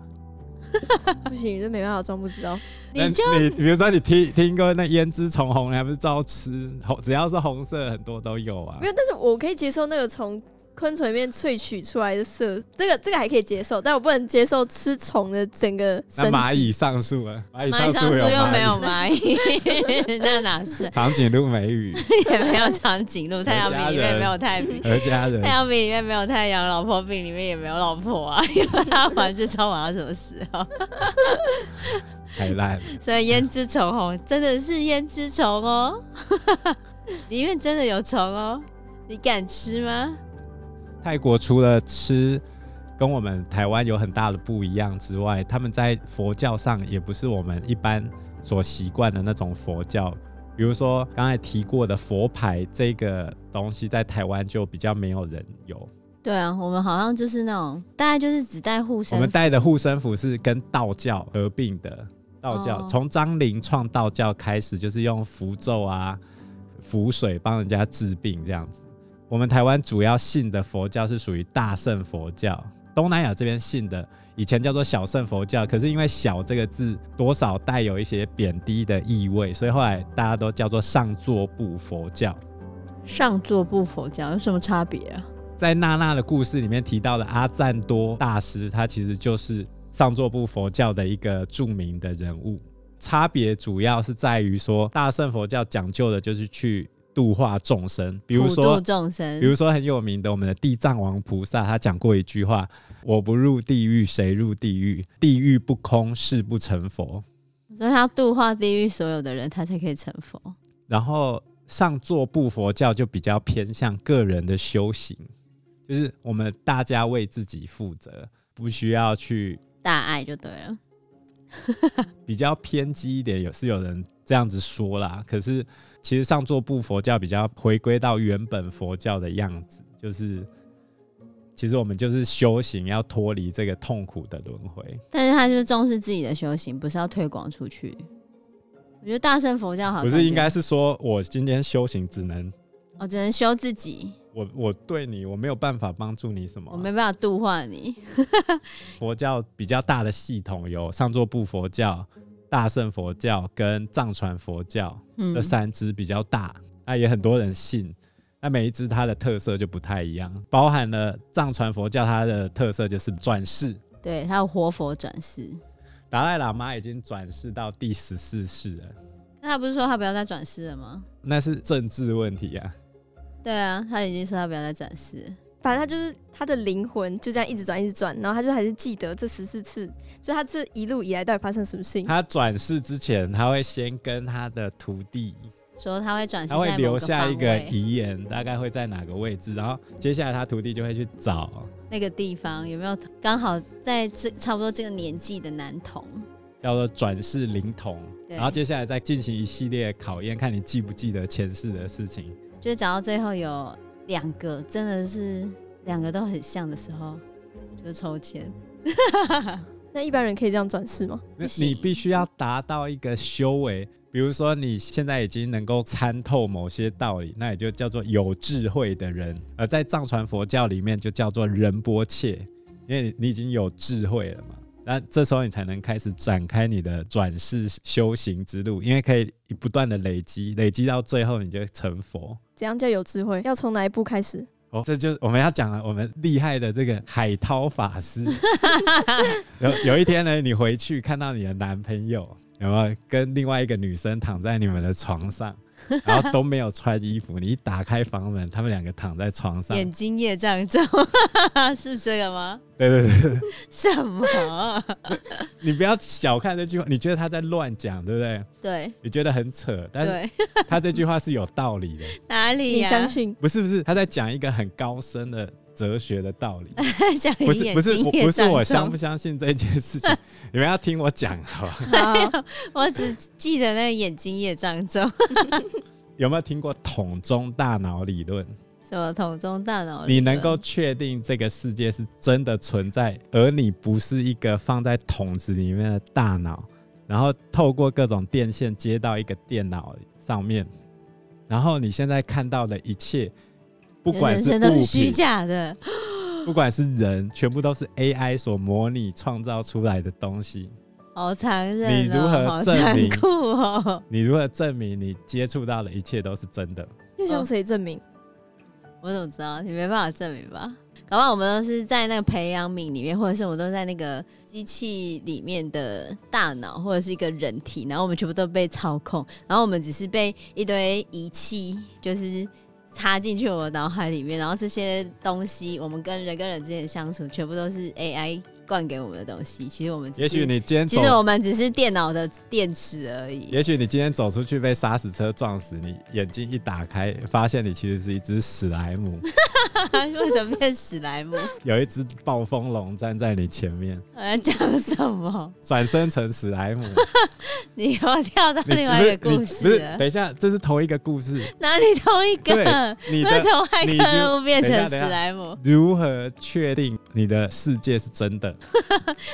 Speaker 1: 不行，这没办法装不知道。
Speaker 2: 那
Speaker 3: 你就
Speaker 2: 你比如说你听听过那胭脂虫红，你还不是照吃？红只要是红色，很多都有啊
Speaker 1: <laughs> 没。有，但是我可以接受那个从昆虫里面萃取出来的色，这个这个还可以接受，但我不能接受吃虫的整个身
Speaker 2: 那蚂
Speaker 1: 体。
Speaker 2: 蚁上树啊，蚂蚁
Speaker 3: 蚂蚁上
Speaker 2: 树
Speaker 3: 树
Speaker 2: 有
Speaker 3: 又没有
Speaker 2: 蚂蚁，
Speaker 3: 蚂蚁， <laughs> 那哪是
Speaker 2: 长颈鹿美语。
Speaker 3: <laughs> 也没有长颈鹿，太阳饼里面没有太平，
Speaker 2: 何家人
Speaker 3: <laughs> 太阳饼里面没有太阳，老婆饼里面也没有老婆啊， <laughs> 因为他玩这招玩到什么时候？啊
Speaker 2: 太烂了，
Speaker 3: 所以胭脂虫红真的是胭脂虫哦， <laughs> 里面真的有虫哦，你敢吃吗？
Speaker 2: 泰国除了吃跟我们台湾有很大的不一样之外，他们在佛教上也不是我们一般所习惯的那种佛教。比如说刚才提过的佛牌这个东西，在台湾就比较没有人有。
Speaker 3: 对啊，我们好像就是那种，大概就是只带护
Speaker 2: 我
Speaker 3: 身
Speaker 2: 们
Speaker 3: 符，
Speaker 2: 带的护身符是跟道教合并的，道教
Speaker 3: 哦
Speaker 2: 从、张灵创道教开始，就是用符咒啊、符水帮人家治病这样子。我们台湾主要信的佛教是属于大乘佛教，东南亚这边信的以前叫做小乘佛教，可是因为“小”这个字多少带有一些贬低的意味，所以后来大家都叫做上座部佛教。
Speaker 3: 上座部佛教有什么差别啊？
Speaker 2: 在娜娜的故事里面提到的阿赞多大师，他其实就是上座部佛教的一个著名的人物。差别主要是在于说，大乘佛教讲究的就是去度化众生，比
Speaker 3: 比
Speaker 2: 如说，
Speaker 3: 众生，
Speaker 2: 比如说很有名的我们的地藏王菩萨，他讲过一句话：“我不入地狱，谁入地狱？地狱不空，誓不成佛。”
Speaker 3: 所以他要度化地狱所有的人，他才可以成佛。
Speaker 2: 然后上座部佛教就比较偏向个人的修行，就是我们大家为自己负责，不需要去
Speaker 3: 大爱就对了，
Speaker 2: 比较偏激一点，有是有人这样子说啦。可是其实上座部佛教比较回归到原本佛教的样子，就是其实我们就是修行，要脱离这个痛苦的轮回。
Speaker 3: 但是他就是重视自己的修行，不是要推广出去。我觉得大乘佛教好像
Speaker 2: 不是应该是说我今天修行只能
Speaker 3: 我哦只能修自己，
Speaker 2: 我我对你我没有办法帮助你什么啊、
Speaker 3: 我没办法度化你。
Speaker 2: 佛教比较大的系统有上座部佛教、大乘佛教跟藏传佛教
Speaker 3: 嗯
Speaker 2: 这三支比较大，那也很多人信。那每一支它的特色就不太一样，包含了藏传佛教它的特色就是转世，
Speaker 3: 对，他有活佛转世，
Speaker 2: 达赖喇嘛已经转世到第十四世了，
Speaker 3: 那他不是说他不要再转世了吗？
Speaker 2: 那是政治问题啊。
Speaker 3: 对啊，他已经说他不要再转世了。
Speaker 1: 反正他就是他的灵魂就这样一直转，一直转，然后他就还是记得这十四次，所以他
Speaker 3: 嗯
Speaker 2: 啊
Speaker 1: 这一路以来到底发生什么事情？
Speaker 2: 他转世之前，他会先跟他的徒弟
Speaker 3: 说他会转世
Speaker 2: 他会
Speaker 3: 在某
Speaker 2: 留
Speaker 3: 个
Speaker 2: 下
Speaker 3: 方
Speaker 2: 一个
Speaker 3: 位
Speaker 2: 遗言，大概会在哪个位置，然后接下来他徒弟就会去找，
Speaker 3: 那个地方有没有刚好在这差不多这个年纪的男童？
Speaker 2: 叫做转世灵童，
Speaker 3: 对
Speaker 2: 然后接下来再进行一系列考验，看你记不记得前世的事情。
Speaker 3: 就是找到最后有两个真的是两个都很像的时候，就抽签。
Speaker 1: 那一般人可以这样转世吗？
Speaker 2: 那
Speaker 3: 不行
Speaker 2: 你必须要达到一个修为，比如说你现在已经能够参透某些道理，那也就叫做有智慧的人。而在藏传佛教里面就叫做仁波切，因为你已经有智慧了嘛。那这时候你才能开始展开你的转世修行之路，因为可以不断的累积，累积到最后你就成佛。
Speaker 1: 怎样叫有智慧？要从哪一步开始？
Speaker 2: 哦，这就是我们要讲了，我们厉害的这个海涛法
Speaker 3: <laughs>
Speaker 2: 师。有有一天呢，你回去看到你的男朋友有没有跟另外一个女生躺在你们的床
Speaker 3: <laughs>
Speaker 2: 上，然后都没有穿衣服，你一打开房门，他们两个躺在床上，
Speaker 3: 眼睛夜障重， <laughs> 是这个吗？
Speaker 2: 对对对，对
Speaker 3: 什么？
Speaker 2: 你不要小看这句话，你觉得他在乱讲，对不 <laughs> 对？哎
Speaker 3: 对
Speaker 2: 你觉得很扯，但是
Speaker 3: 对，
Speaker 2: 他这句话是有道理的，
Speaker 3: 哪里
Speaker 1: 你
Speaker 3: 呀、
Speaker 1: 相 <laughs> 信？
Speaker 2: 不是不是，他在讲一个很高深的哲学的道理。
Speaker 3: 讲 <laughs>
Speaker 2: 不
Speaker 3: 你
Speaker 2: 是
Speaker 3: 眼
Speaker 2: 不是
Speaker 3: 睛
Speaker 2: 我
Speaker 3: 夜
Speaker 2: 不是
Speaker 3: 障
Speaker 2: 我
Speaker 3: 重
Speaker 2: 相不相信这件事
Speaker 3: <laughs>
Speaker 2: 情，你们要听我讲好吧？
Speaker 1: 好
Speaker 3: 哦我只记得那个眼睛夜障重，
Speaker 2: 有没有听过桶中大脑理论？
Speaker 3: 什么桶中大脑哦
Speaker 2: 你
Speaker 3: 理论，
Speaker 2: 能够确定这个世界是真的存在，而你不是一个放在桶子里面的大脑，然后透过各种电线接到一个电脑上面，然后你现在看到的一切，不管
Speaker 3: 人
Speaker 2: 是
Speaker 3: 生都
Speaker 2: 物
Speaker 3: 是虚
Speaker 2: 品，
Speaker 3: 假的，
Speaker 2: 不管是人，全部都是 AI 所模拟创造出来的东西。
Speaker 3: 好残忍、哦，
Speaker 2: 你如何
Speaker 3: 好
Speaker 2: 证
Speaker 3: 残
Speaker 2: 明
Speaker 3: 酷哦！
Speaker 2: 你如何证明你接触到的一切都是真的？
Speaker 1: 要向谁证明？
Speaker 3: 我怎么知道？你没办法证明吧？搞不好我们都是在那个培养皿里面，或者是我们都在那个机器里面的大脑，或者是一个人体，然后我们全部都被操控，然后我们只是被一堆仪器就是插进去我的脑海里面，然后这些东西，我们跟人跟人之间的相处，全部都是 AI 灌给我们的东西。其实我们只
Speaker 2: 也
Speaker 3: 是
Speaker 2: 许你今天
Speaker 3: 其
Speaker 2: 走
Speaker 3: 实我们只是电脑的电池而已。
Speaker 2: 也许你今天走出去被砂石车撞死，你眼睛一打开，发现你其实是一只史莱
Speaker 3: <laughs>
Speaker 2: 姆，
Speaker 3: 为什么变史莱姆？ <laughs>
Speaker 2: 有一只暴风龙站在你前面，
Speaker 3: 我在讲什么？
Speaker 2: 转身成史莱
Speaker 3: <laughs>
Speaker 2: 姆。
Speaker 3: 你给我跳到
Speaker 2: 你
Speaker 3: 另外一个
Speaker 2: 不是
Speaker 3: 故
Speaker 2: 你不
Speaker 3: 事
Speaker 2: 是，
Speaker 3: 了，
Speaker 2: 等一下，这是同一个故事。
Speaker 3: 哪里同一
Speaker 2: 对
Speaker 3: 个？
Speaker 2: 你
Speaker 3: 为 <laughs>
Speaker 2: 的
Speaker 3: 什么骇
Speaker 2: 你
Speaker 3: 客
Speaker 2: 就
Speaker 3: 任务变
Speaker 2: 等一下
Speaker 3: 成史
Speaker 2: 等一下
Speaker 3: 莱姆？
Speaker 2: 如何确定你的世界是真的？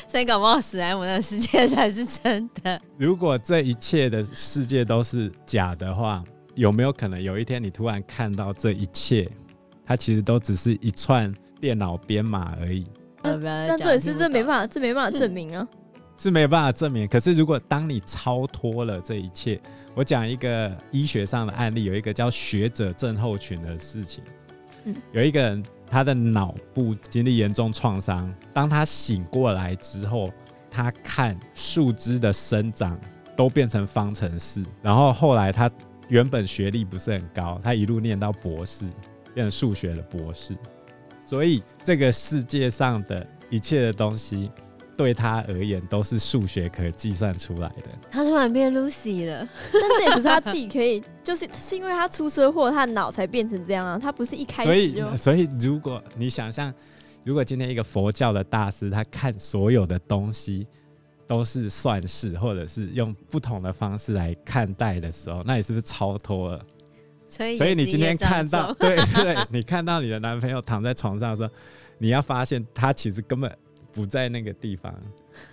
Speaker 3: 所以搞不好史莱姆那个世界才是真
Speaker 2: <laughs>
Speaker 3: 的。
Speaker 2: 如果这一切的世界都是假的话，有没有可能有一天你突然看到这一切，它其实都只是一串电脑编码而已？
Speaker 1: 那
Speaker 3: 呃
Speaker 1: 但这也是这没办法，这没办法证明啊。
Speaker 2: 是没办法证明。可是如果当你超脱了这一切，我讲一个医学上的案例，有一个叫学者症候群的事情。
Speaker 1: 嗯
Speaker 2: 有一个人他的脑部经历严重创伤，当他醒过来之后，他看树枝的生长都变成方程式，然后后来他原本学历不是很高，他一路念到博士，变成数学的博士。所以这个世界上的一切的东西，对他而言都是数学可计算出来的。
Speaker 3: 他突然变 Lucy 了，
Speaker 1: <laughs> 但这也不是他自己可以，就是是因为他出车祸，他的脑才变成这样啊。他不是一开
Speaker 2: 所
Speaker 1: 始
Speaker 2: 以
Speaker 1: 就， <laughs>
Speaker 2: 所以如果你想象，如果今天一个佛教的大师，他看所有的东西都是算式，或者是用不同的方式来看待的时候，那你是不是超脱了？
Speaker 3: 所以
Speaker 2: 所以你
Speaker 3: 眼睛
Speaker 2: 今天
Speaker 3: 也长
Speaker 2: 看到，
Speaker 3: 肿
Speaker 2: 对对，你看到你的男朋友躺在床上的时候，你要发现他其实根本不在那个地方，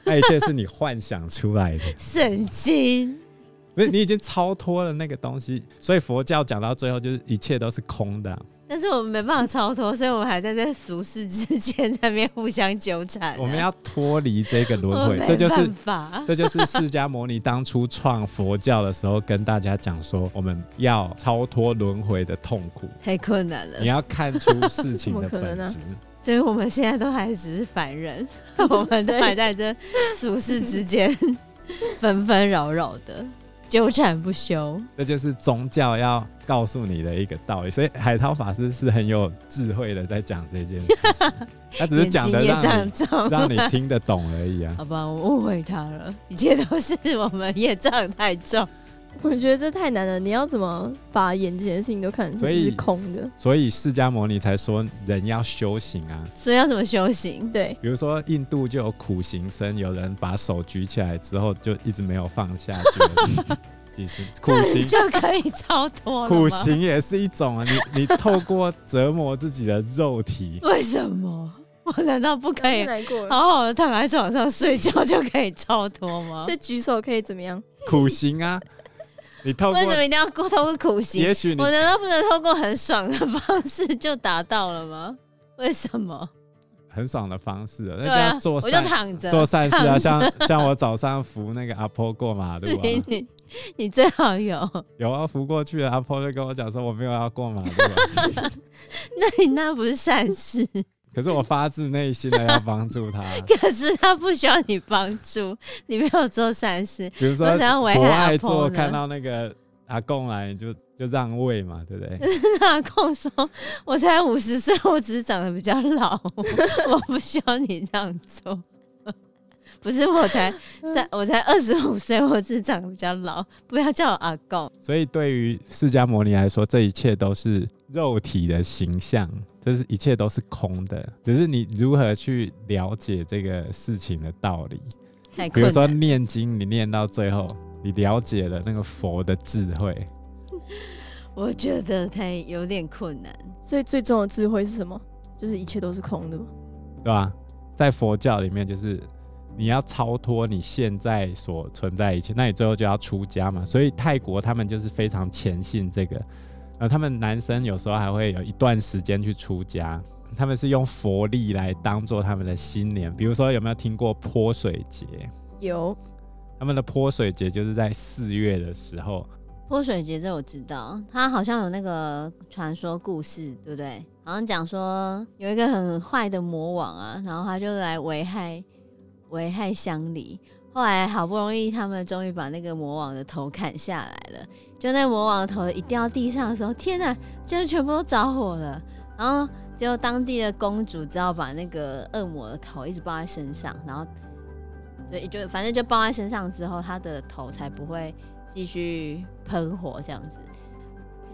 Speaker 2: 那一切是你幻想出来的。
Speaker 3: 神经，
Speaker 2: 不是你已经超脱了那个东西，所以佛教讲到最后就是一切都是空的啊、
Speaker 3: 但是我们没办法超脱，所以我们还在这俗世之间在那边互相纠缠啊、
Speaker 2: 我们要脱离这个轮
Speaker 3: 我
Speaker 2: 回，
Speaker 3: 哦没
Speaker 2: 这就是
Speaker 3: 办法
Speaker 2: 这就是释迦牟尼当初创佛教的时候跟大家讲说，我们要超脱轮回的痛苦，
Speaker 3: 太困难了
Speaker 2: 你。要看出事情的
Speaker 1: 怎么可
Speaker 2: 本
Speaker 1: 能啊
Speaker 2: 质。
Speaker 3: 所以我们现在都还只是凡 <laughs> 人，我们都还在这俗世之间纷纷扰扰的纠缠不休。
Speaker 2: 这就是宗教要告诉你的一个道理。所以海涛法师是很有智慧的，在讲这件事情，
Speaker 3: <laughs>
Speaker 2: 他只是
Speaker 3: 眼
Speaker 2: 讲
Speaker 3: 睛
Speaker 2: 的
Speaker 3: 也
Speaker 2: 让
Speaker 3: 长
Speaker 2: 你
Speaker 3: 重，
Speaker 2: 让你听得懂而已啊。
Speaker 3: <laughs> 好吧，我误会他了，一切都是我们业障太重。
Speaker 1: 我觉得这太难了，你要怎么把眼前的事情都看成
Speaker 2: 所
Speaker 1: 是
Speaker 2: 以
Speaker 1: 空的？
Speaker 2: 所以释迦牟尼才说人要修行啊。
Speaker 3: 所以要怎么修行？
Speaker 1: 对，
Speaker 2: 比如说印度就有苦行僧，有人把手举起来之后就一直没有放下，觉
Speaker 3: <laughs>
Speaker 2: 得其实苦
Speaker 3: 这
Speaker 2: 行
Speaker 3: 就可以超脱了吗，
Speaker 2: 苦，行也是一种啊。你你透过折磨自己的肉体
Speaker 3: <laughs> 为什么？我难道不可以
Speaker 1: 难过了。
Speaker 3: 好好的躺在床上睡觉就可以超脱吗
Speaker 1: 这？举手可以怎么样？
Speaker 2: 苦行啊，你透过
Speaker 3: 为什么一定要过透过苦行
Speaker 2: 也？许你
Speaker 3: 我难道不能透过很爽的方式就达到了吗？为什么？
Speaker 2: 很爽的方式啊，那
Speaker 3: 对
Speaker 2: 就要
Speaker 3: 啊，
Speaker 2: 做
Speaker 3: 我就
Speaker 2: 善
Speaker 3: 躺着
Speaker 2: 做善事啊，
Speaker 3: 躺着
Speaker 2: 像像我早上扶那个阿婆过马路啊，
Speaker 3: 你你你最好有，
Speaker 2: 有啊扶过去的阿婆就跟我讲说我没有要过马路、啊，
Speaker 3: 那你那不是善事，
Speaker 2: 可是我发自内心的要帮助她，啊
Speaker 3: 可是他不需要你帮助，你没有做善事，
Speaker 2: 比如说
Speaker 3: 为什么要危
Speaker 2: 博
Speaker 3: 害阿
Speaker 2: 爱
Speaker 3: 婆
Speaker 2: 座
Speaker 3: 呢
Speaker 2: 看到那个阿公来你就就让位嘛，对不对？
Speaker 3: 那跟我说我才五十岁，我只是长得比较老，我不需要你这样做。不是我才三，我才二十五岁，我只是长得比较老，不要叫我阿公。
Speaker 2: 所以对于释迦牟尼来说，这一切都是肉体的形象，这是一切都是空的，只是你如何去了解这个事情的道理。
Speaker 3: 太
Speaker 2: 比
Speaker 3: 困
Speaker 2: 如说
Speaker 3: 难了。
Speaker 2: 念经，你念到最后，你了解了那个佛的智慧，
Speaker 3: 我觉得太有点困难。
Speaker 1: 所以最终的智慧是什么？就是一切都是空的嘛。
Speaker 2: 对吧？在佛教里面，就是你要超脱你现在所存在的一切，那你最后就要出家嘛。所以泰国他们就是非常虔信这个，呃，他们男生有时候还会有一段时间去出家。他们是用佛力来当做他们的新年，比如说有没有听过泼水节？
Speaker 1: 有，
Speaker 2: 他们的泼水节就是在四月的时候，
Speaker 3: 泼水节这我知道，它好像有那个传说故事，对不对？好像讲说有一个很坏的魔王啊，然后他就来危害危害乡里。后来好不容易他们终于把那个魔王的头砍下来了，就那魔王的头一掉地上的时候，天哪，竟然全部都着火了。然后结果当地的公主只好把那个恶魔的头一直抱在身上，然后所以就反正就抱在身上之后，他的头才不会继续喷火这样子。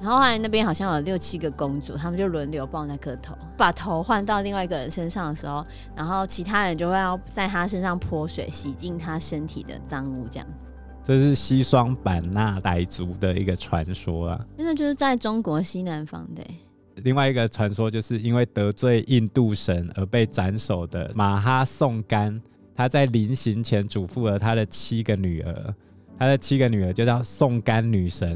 Speaker 3: 然后后来那边好像有六七个公主，她们就轮流抱那颗头，把头换到另外一个人身上的时候，然后其他人就会要在她身上泼水，洗净她身体的脏污，这样子。
Speaker 2: 这是西双版纳傣族的一个传说啊。
Speaker 3: 真的就是在中国西南方的欸、
Speaker 2: 另外一个传说就是因为得罪印度神而被斩首的马哈宋干，他在临行前嘱咐了他的七个女儿，他的七个女儿就叫宋干女神，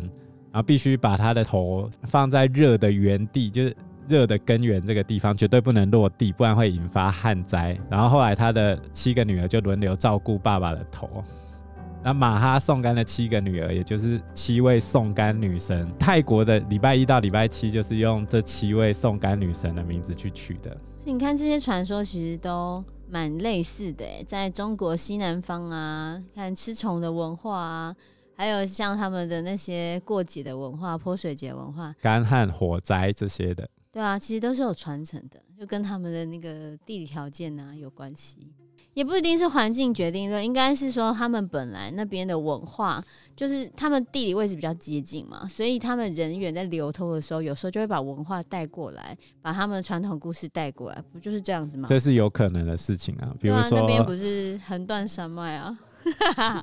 Speaker 2: 然后必须把她的头放在热的原地，就是热的根源这个地方，绝对不能落地，不然会引发旱灾。然后后来他的七个女儿就轮流照顾爸爸的头。那马哈宋干的七个女儿，也就是七位宋干女神，泰国的礼拜一到礼拜七就是用这七位宋干女神的名字去取的。
Speaker 3: 所以你看这些传说其实都蛮类似的欸，在中国西南方啊，看吃虫的文化啊，还有像他们的那些过节的文化、泼水节文化，
Speaker 2: 干旱、火灾这些的，
Speaker 3: 对啊，其实都是有传承的，就跟他们的那个地理条件啊有关系，也不一定是环境决定的，应该是说他们本来那边的文化，就是他们地理位置比较接近嘛，所以他们人员在流通的时候，有时候就会把文化带过来，把他们的传统故事带过来，不就是这样子吗？
Speaker 2: 这是有可能的事情啊啊。比
Speaker 3: 对
Speaker 2: 如
Speaker 3: 啊，那边
Speaker 2: 说，
Speaker 3: 不是横断山脉啊，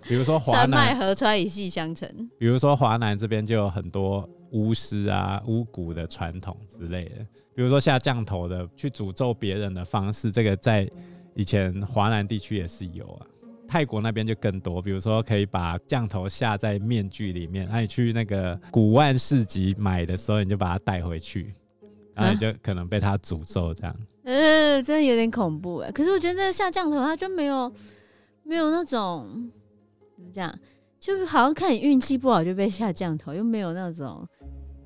Speaker 2: 比如说华
Speaker 3: 山脉
Speaker 2: 南，
Speaker 3: 河川一系相承。
Speaker 2: 比如说华南这边就有很多巫师啊、巫蛊的传统之类的。比如说下降头的去诅咒别人的方式，这个在以前华南地区也是有啊。泰国那边就更多，比如说可以把降头下在面具里面，那你去那个古玩市集买的时候，你就把它带回去，然后你就可能被他诅咒这样。
Speaker 3: 呃，真的有点恐怖哎。可是我觉得这个下降头它就没有没有那种怎么讲，就是好像看你运气不好就被下降头，又没有那种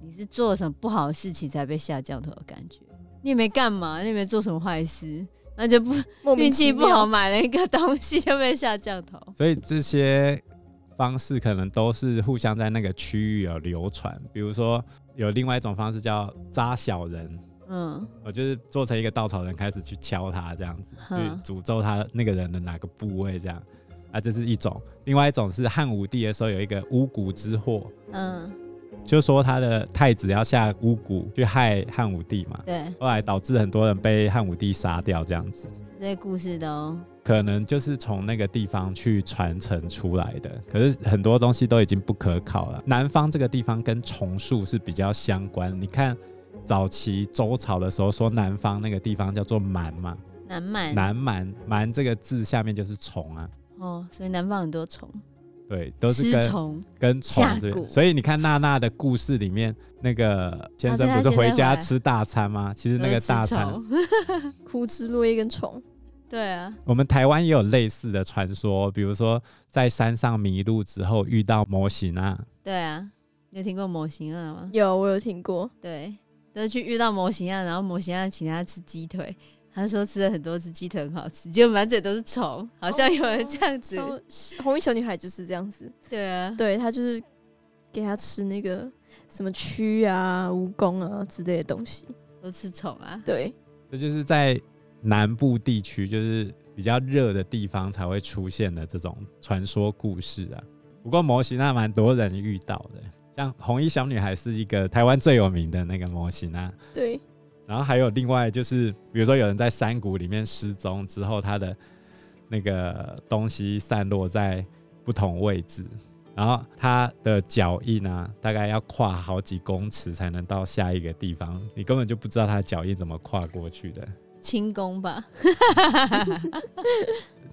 Speaker 3: 你是做了什么不好的事情才被下降头的感觉。你也没干嘛，你也没做什么坏事，那就不
Speaker 1: 莫名
Speaker 3: 运
Speaker 1: 其
Speaker 3: 气不好
Speaker 1: 妙，
Speaker 3: 买了一个东西就被下降头。
Speaker 2: 所以这些方式可能都是互相在那个区域有流传。比如说有另外一种方式叫扎小人，
Speaker 3: 嗯，
Speaker 2: 我呃就是做成一个稻草人，开始去敲他这样子，
Speaker 3: 嗯
Speaker 2: 去诅咒他那个人的哪个部位这样。啊，这是一种；另外一种是汉武帝的时候有一个巫蛊之祸，
Speaker 3: 嗯，
Speaker 2: 就说他的太子要下巫蛊去害汉武帝嘛，
Speaker 3: 对，
Speaker 2: 后来导致很多人被汉武帝杀掉，这样子，
Speaker 3: 这些故事都
Speaker 2: 可能就是从那个地方去传承出来的。可是很多东西都已经不可考了。南方这个地方跟重塑是比较相关，你看。早期周朝的时候，说南方那个地方叫做蛮嘛，
Speaker 3: 难满
Speaker 2: 南蛮蛮这个字下面就是虫啊，
Speaker 3: 哦，所以南方很多虫，
Speaker 2: 对，都是
Speaker 3: 吃
Speaker 2: 跟
Speaker 3: 虫，
Speaker 2: 跟虫
Speaker 3: 下
Speaker 2: 对
Speaker 3: 蛊
Speaker 2: 所以你看娜娜的故事里面，那个先生
Speaker 3: 啊
Speaker 2: 不
Speaker 3: 对他
Speaker 2: 是
Speaker 3: 现
Speaker 2: 回
Speaker 3: 在
Speaker 2: 家
Speaker 3: 回来
Speaker 2: 吃大餐吗？其实那
Speaker 3: 都
Speaker 2: 个
Speaker 3: 是吃
Speaker 2: 大餐， <laughs>
Speaker 3: 虫
Speaker 1: 枯枝落叶跟虫，
Speaker 3: 对啊，
Speaker 2: 我们台湾也有类似的传说，比如说在山上迷路之后遇到模型啊，
Speaker 3: 对啊，你有听过模型二吗？
Speaker 1: 有我有听过，
Speaker 3: 对，就是去遇到模型二，然后模型二请他吃鸡腿，他说吃了很多次鸡腿很好吃，结果满嘴都是虫，好像有人这样 <laughs> 子，
Speaker 1: 然后红衣小女孩就是这样子，
Speaker 3: 对啊，
Speaker 1: 对她就是给她吃那个什么蛆啊、蜈蚣啊之类的东西，
Speaker 3: 都吃虫啊，
Speaker 1: 对，
Speaker 2: 这就是在南部地区，就是比较热的地方才会出现的这种传说故事啊。不过模型那蛮多人遇到的，像红衣小女孩是一个台湾最有名的那个模型啊。
Speaker 1: 对，
Speaker 2: 然后还有另外就是，比如说有人在山谷里面失踪之后，他的那个东西散落在不同位置，然后他的脚印啊，大概要跨好几公尺才能到下一个地方，你根本就不知道他的脚印怎么跨过去的。
Speaker 3: 轻功 <laughs> 吧，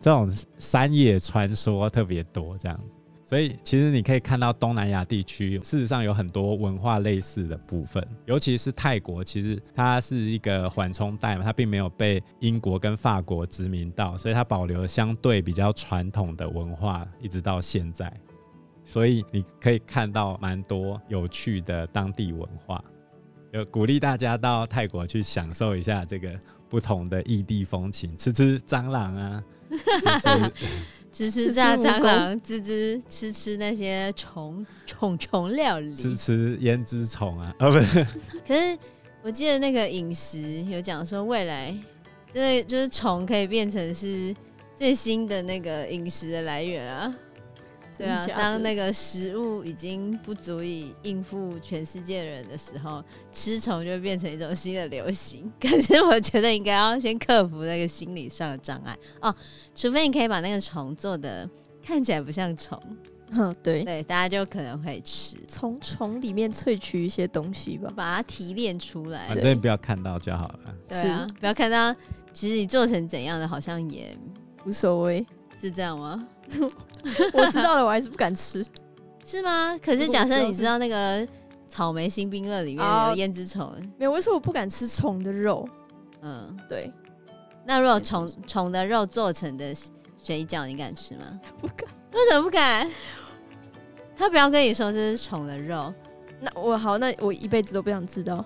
Speaker 2: 这种山野传说特别多，这样子。所以其实你可以看到东南亚地区，事实上有很多文化类似的部分，尤其是泰国，其实它是一个缓冲带嘛，它并没有被英国跟法国殖民到，所以它保留了相对比较传统的文化，一直到现在。所以你可以看到蛮多有趣的当地文化，就鼓励大家到泰国去享受一下这个不同的异地风情，吃吃蟑螂啊，吃吃
Speaker 3: 吃
Speaker 1: 吃
Speaker 3: 吃炸
Speaker 1: 蜈
Speaker 3: 蟑
Speaker 1: 蚣
Speaker 3: 螂，吃吃吃吃那些虫虫虫料理，
Speaker 2: 吃吃胭脂虫啊，啊不是，
Speaker 3: 可是我记得那个饮食有讲说，未来真的就是虫可以变成是最新的那个饮食的来源啊。对啊，
Speaker 1: 真假的
Speaker 3: 当那个食物已经不足以应付全世界人的时候，吃虫就会变成一种新的流行。可是我觉得应该要先克服那个心理上的障碍哦，除非你可以把那个虫做的看起来不像虫，
Speaker 1: 哼，对，
Speaker 3: 对，大家就可能会吃，
Speaker 1: 从虫里面萃取一些东西吧，
Speaker 3: 把它提炼出来。
Speaker 2: 反正不要看到就好了。
Speaker 3: 对啊，不要看到，其实你做成怎样的，好像也
Speaker 1: 无所谓， <laughs>
Speaker 3: 是这样吗？
Speaker 1: 我知道了，我还是不敢吃，
Speaker 3: 是吗？可是假设你知道那个草莓新冰乐里面
Speaker 1: 哦
Speaker 3: 有胭脂虫，
Speaker 1: 没有，我说我不敢吃虫的肉，
Speaker 3: 嗯，
Speaker 1: 对，
Speaker 3: 那如果虫虫的肉做成的水饺，你敢吃吗？
Speaker 1: <laughs> 不敢。
Speaker 3: 为什么不敢？他不要跟你说这是虫的肉，
Speaker 1: 那我好，那我一辈子都不想知道，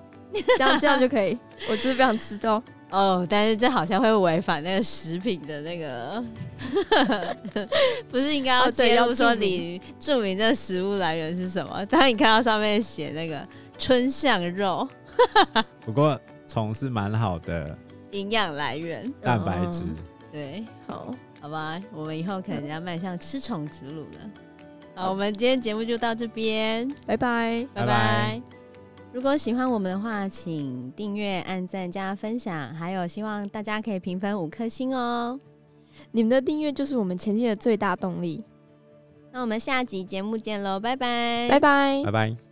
Speaker 1: 这样这样就可以，我就是不想知道。
Speaker 3: 哦，但是这好像会违反那个食品的那个， <laughs> 不是应该要
Speaker 1: 哦对
Speaker 3: 揭
Speaker 1: 要
Speaker 3: 露
Speaker 1: 注
Speaker 3: 说
Speaker 1: 明
Speaker 3: 你注明这食物来源是什么？当你看到上面写那个春象肉
Speaker 2: 不过虫是蛮好的
Speaker 3: 营养来源，
Speaker 2: 蛋白质，
Speaker 3: 哦对，
Speaker 1: 哦好，
Speaker 3: 好吧，我们以后
Speaker 1: 嗯
Speaker 3: 可能要迈向吃虫之路了。好，我们今天节目就到这边，
Speaker 1: 拜拜。
Speaker 2: 拜拜
Speaker 3: 拜拜。如果喜欢我们的话，请订阅、按赞、加分享，还有希望大家可以评分五颗星哦。
Speaker 1: 你们的订阅就是我们前进的最大动力。
Speaker 3: 那我们下集节目见喽，拜拜，
Speaker 1: 拜拜
Speaker 2: 拜。拜。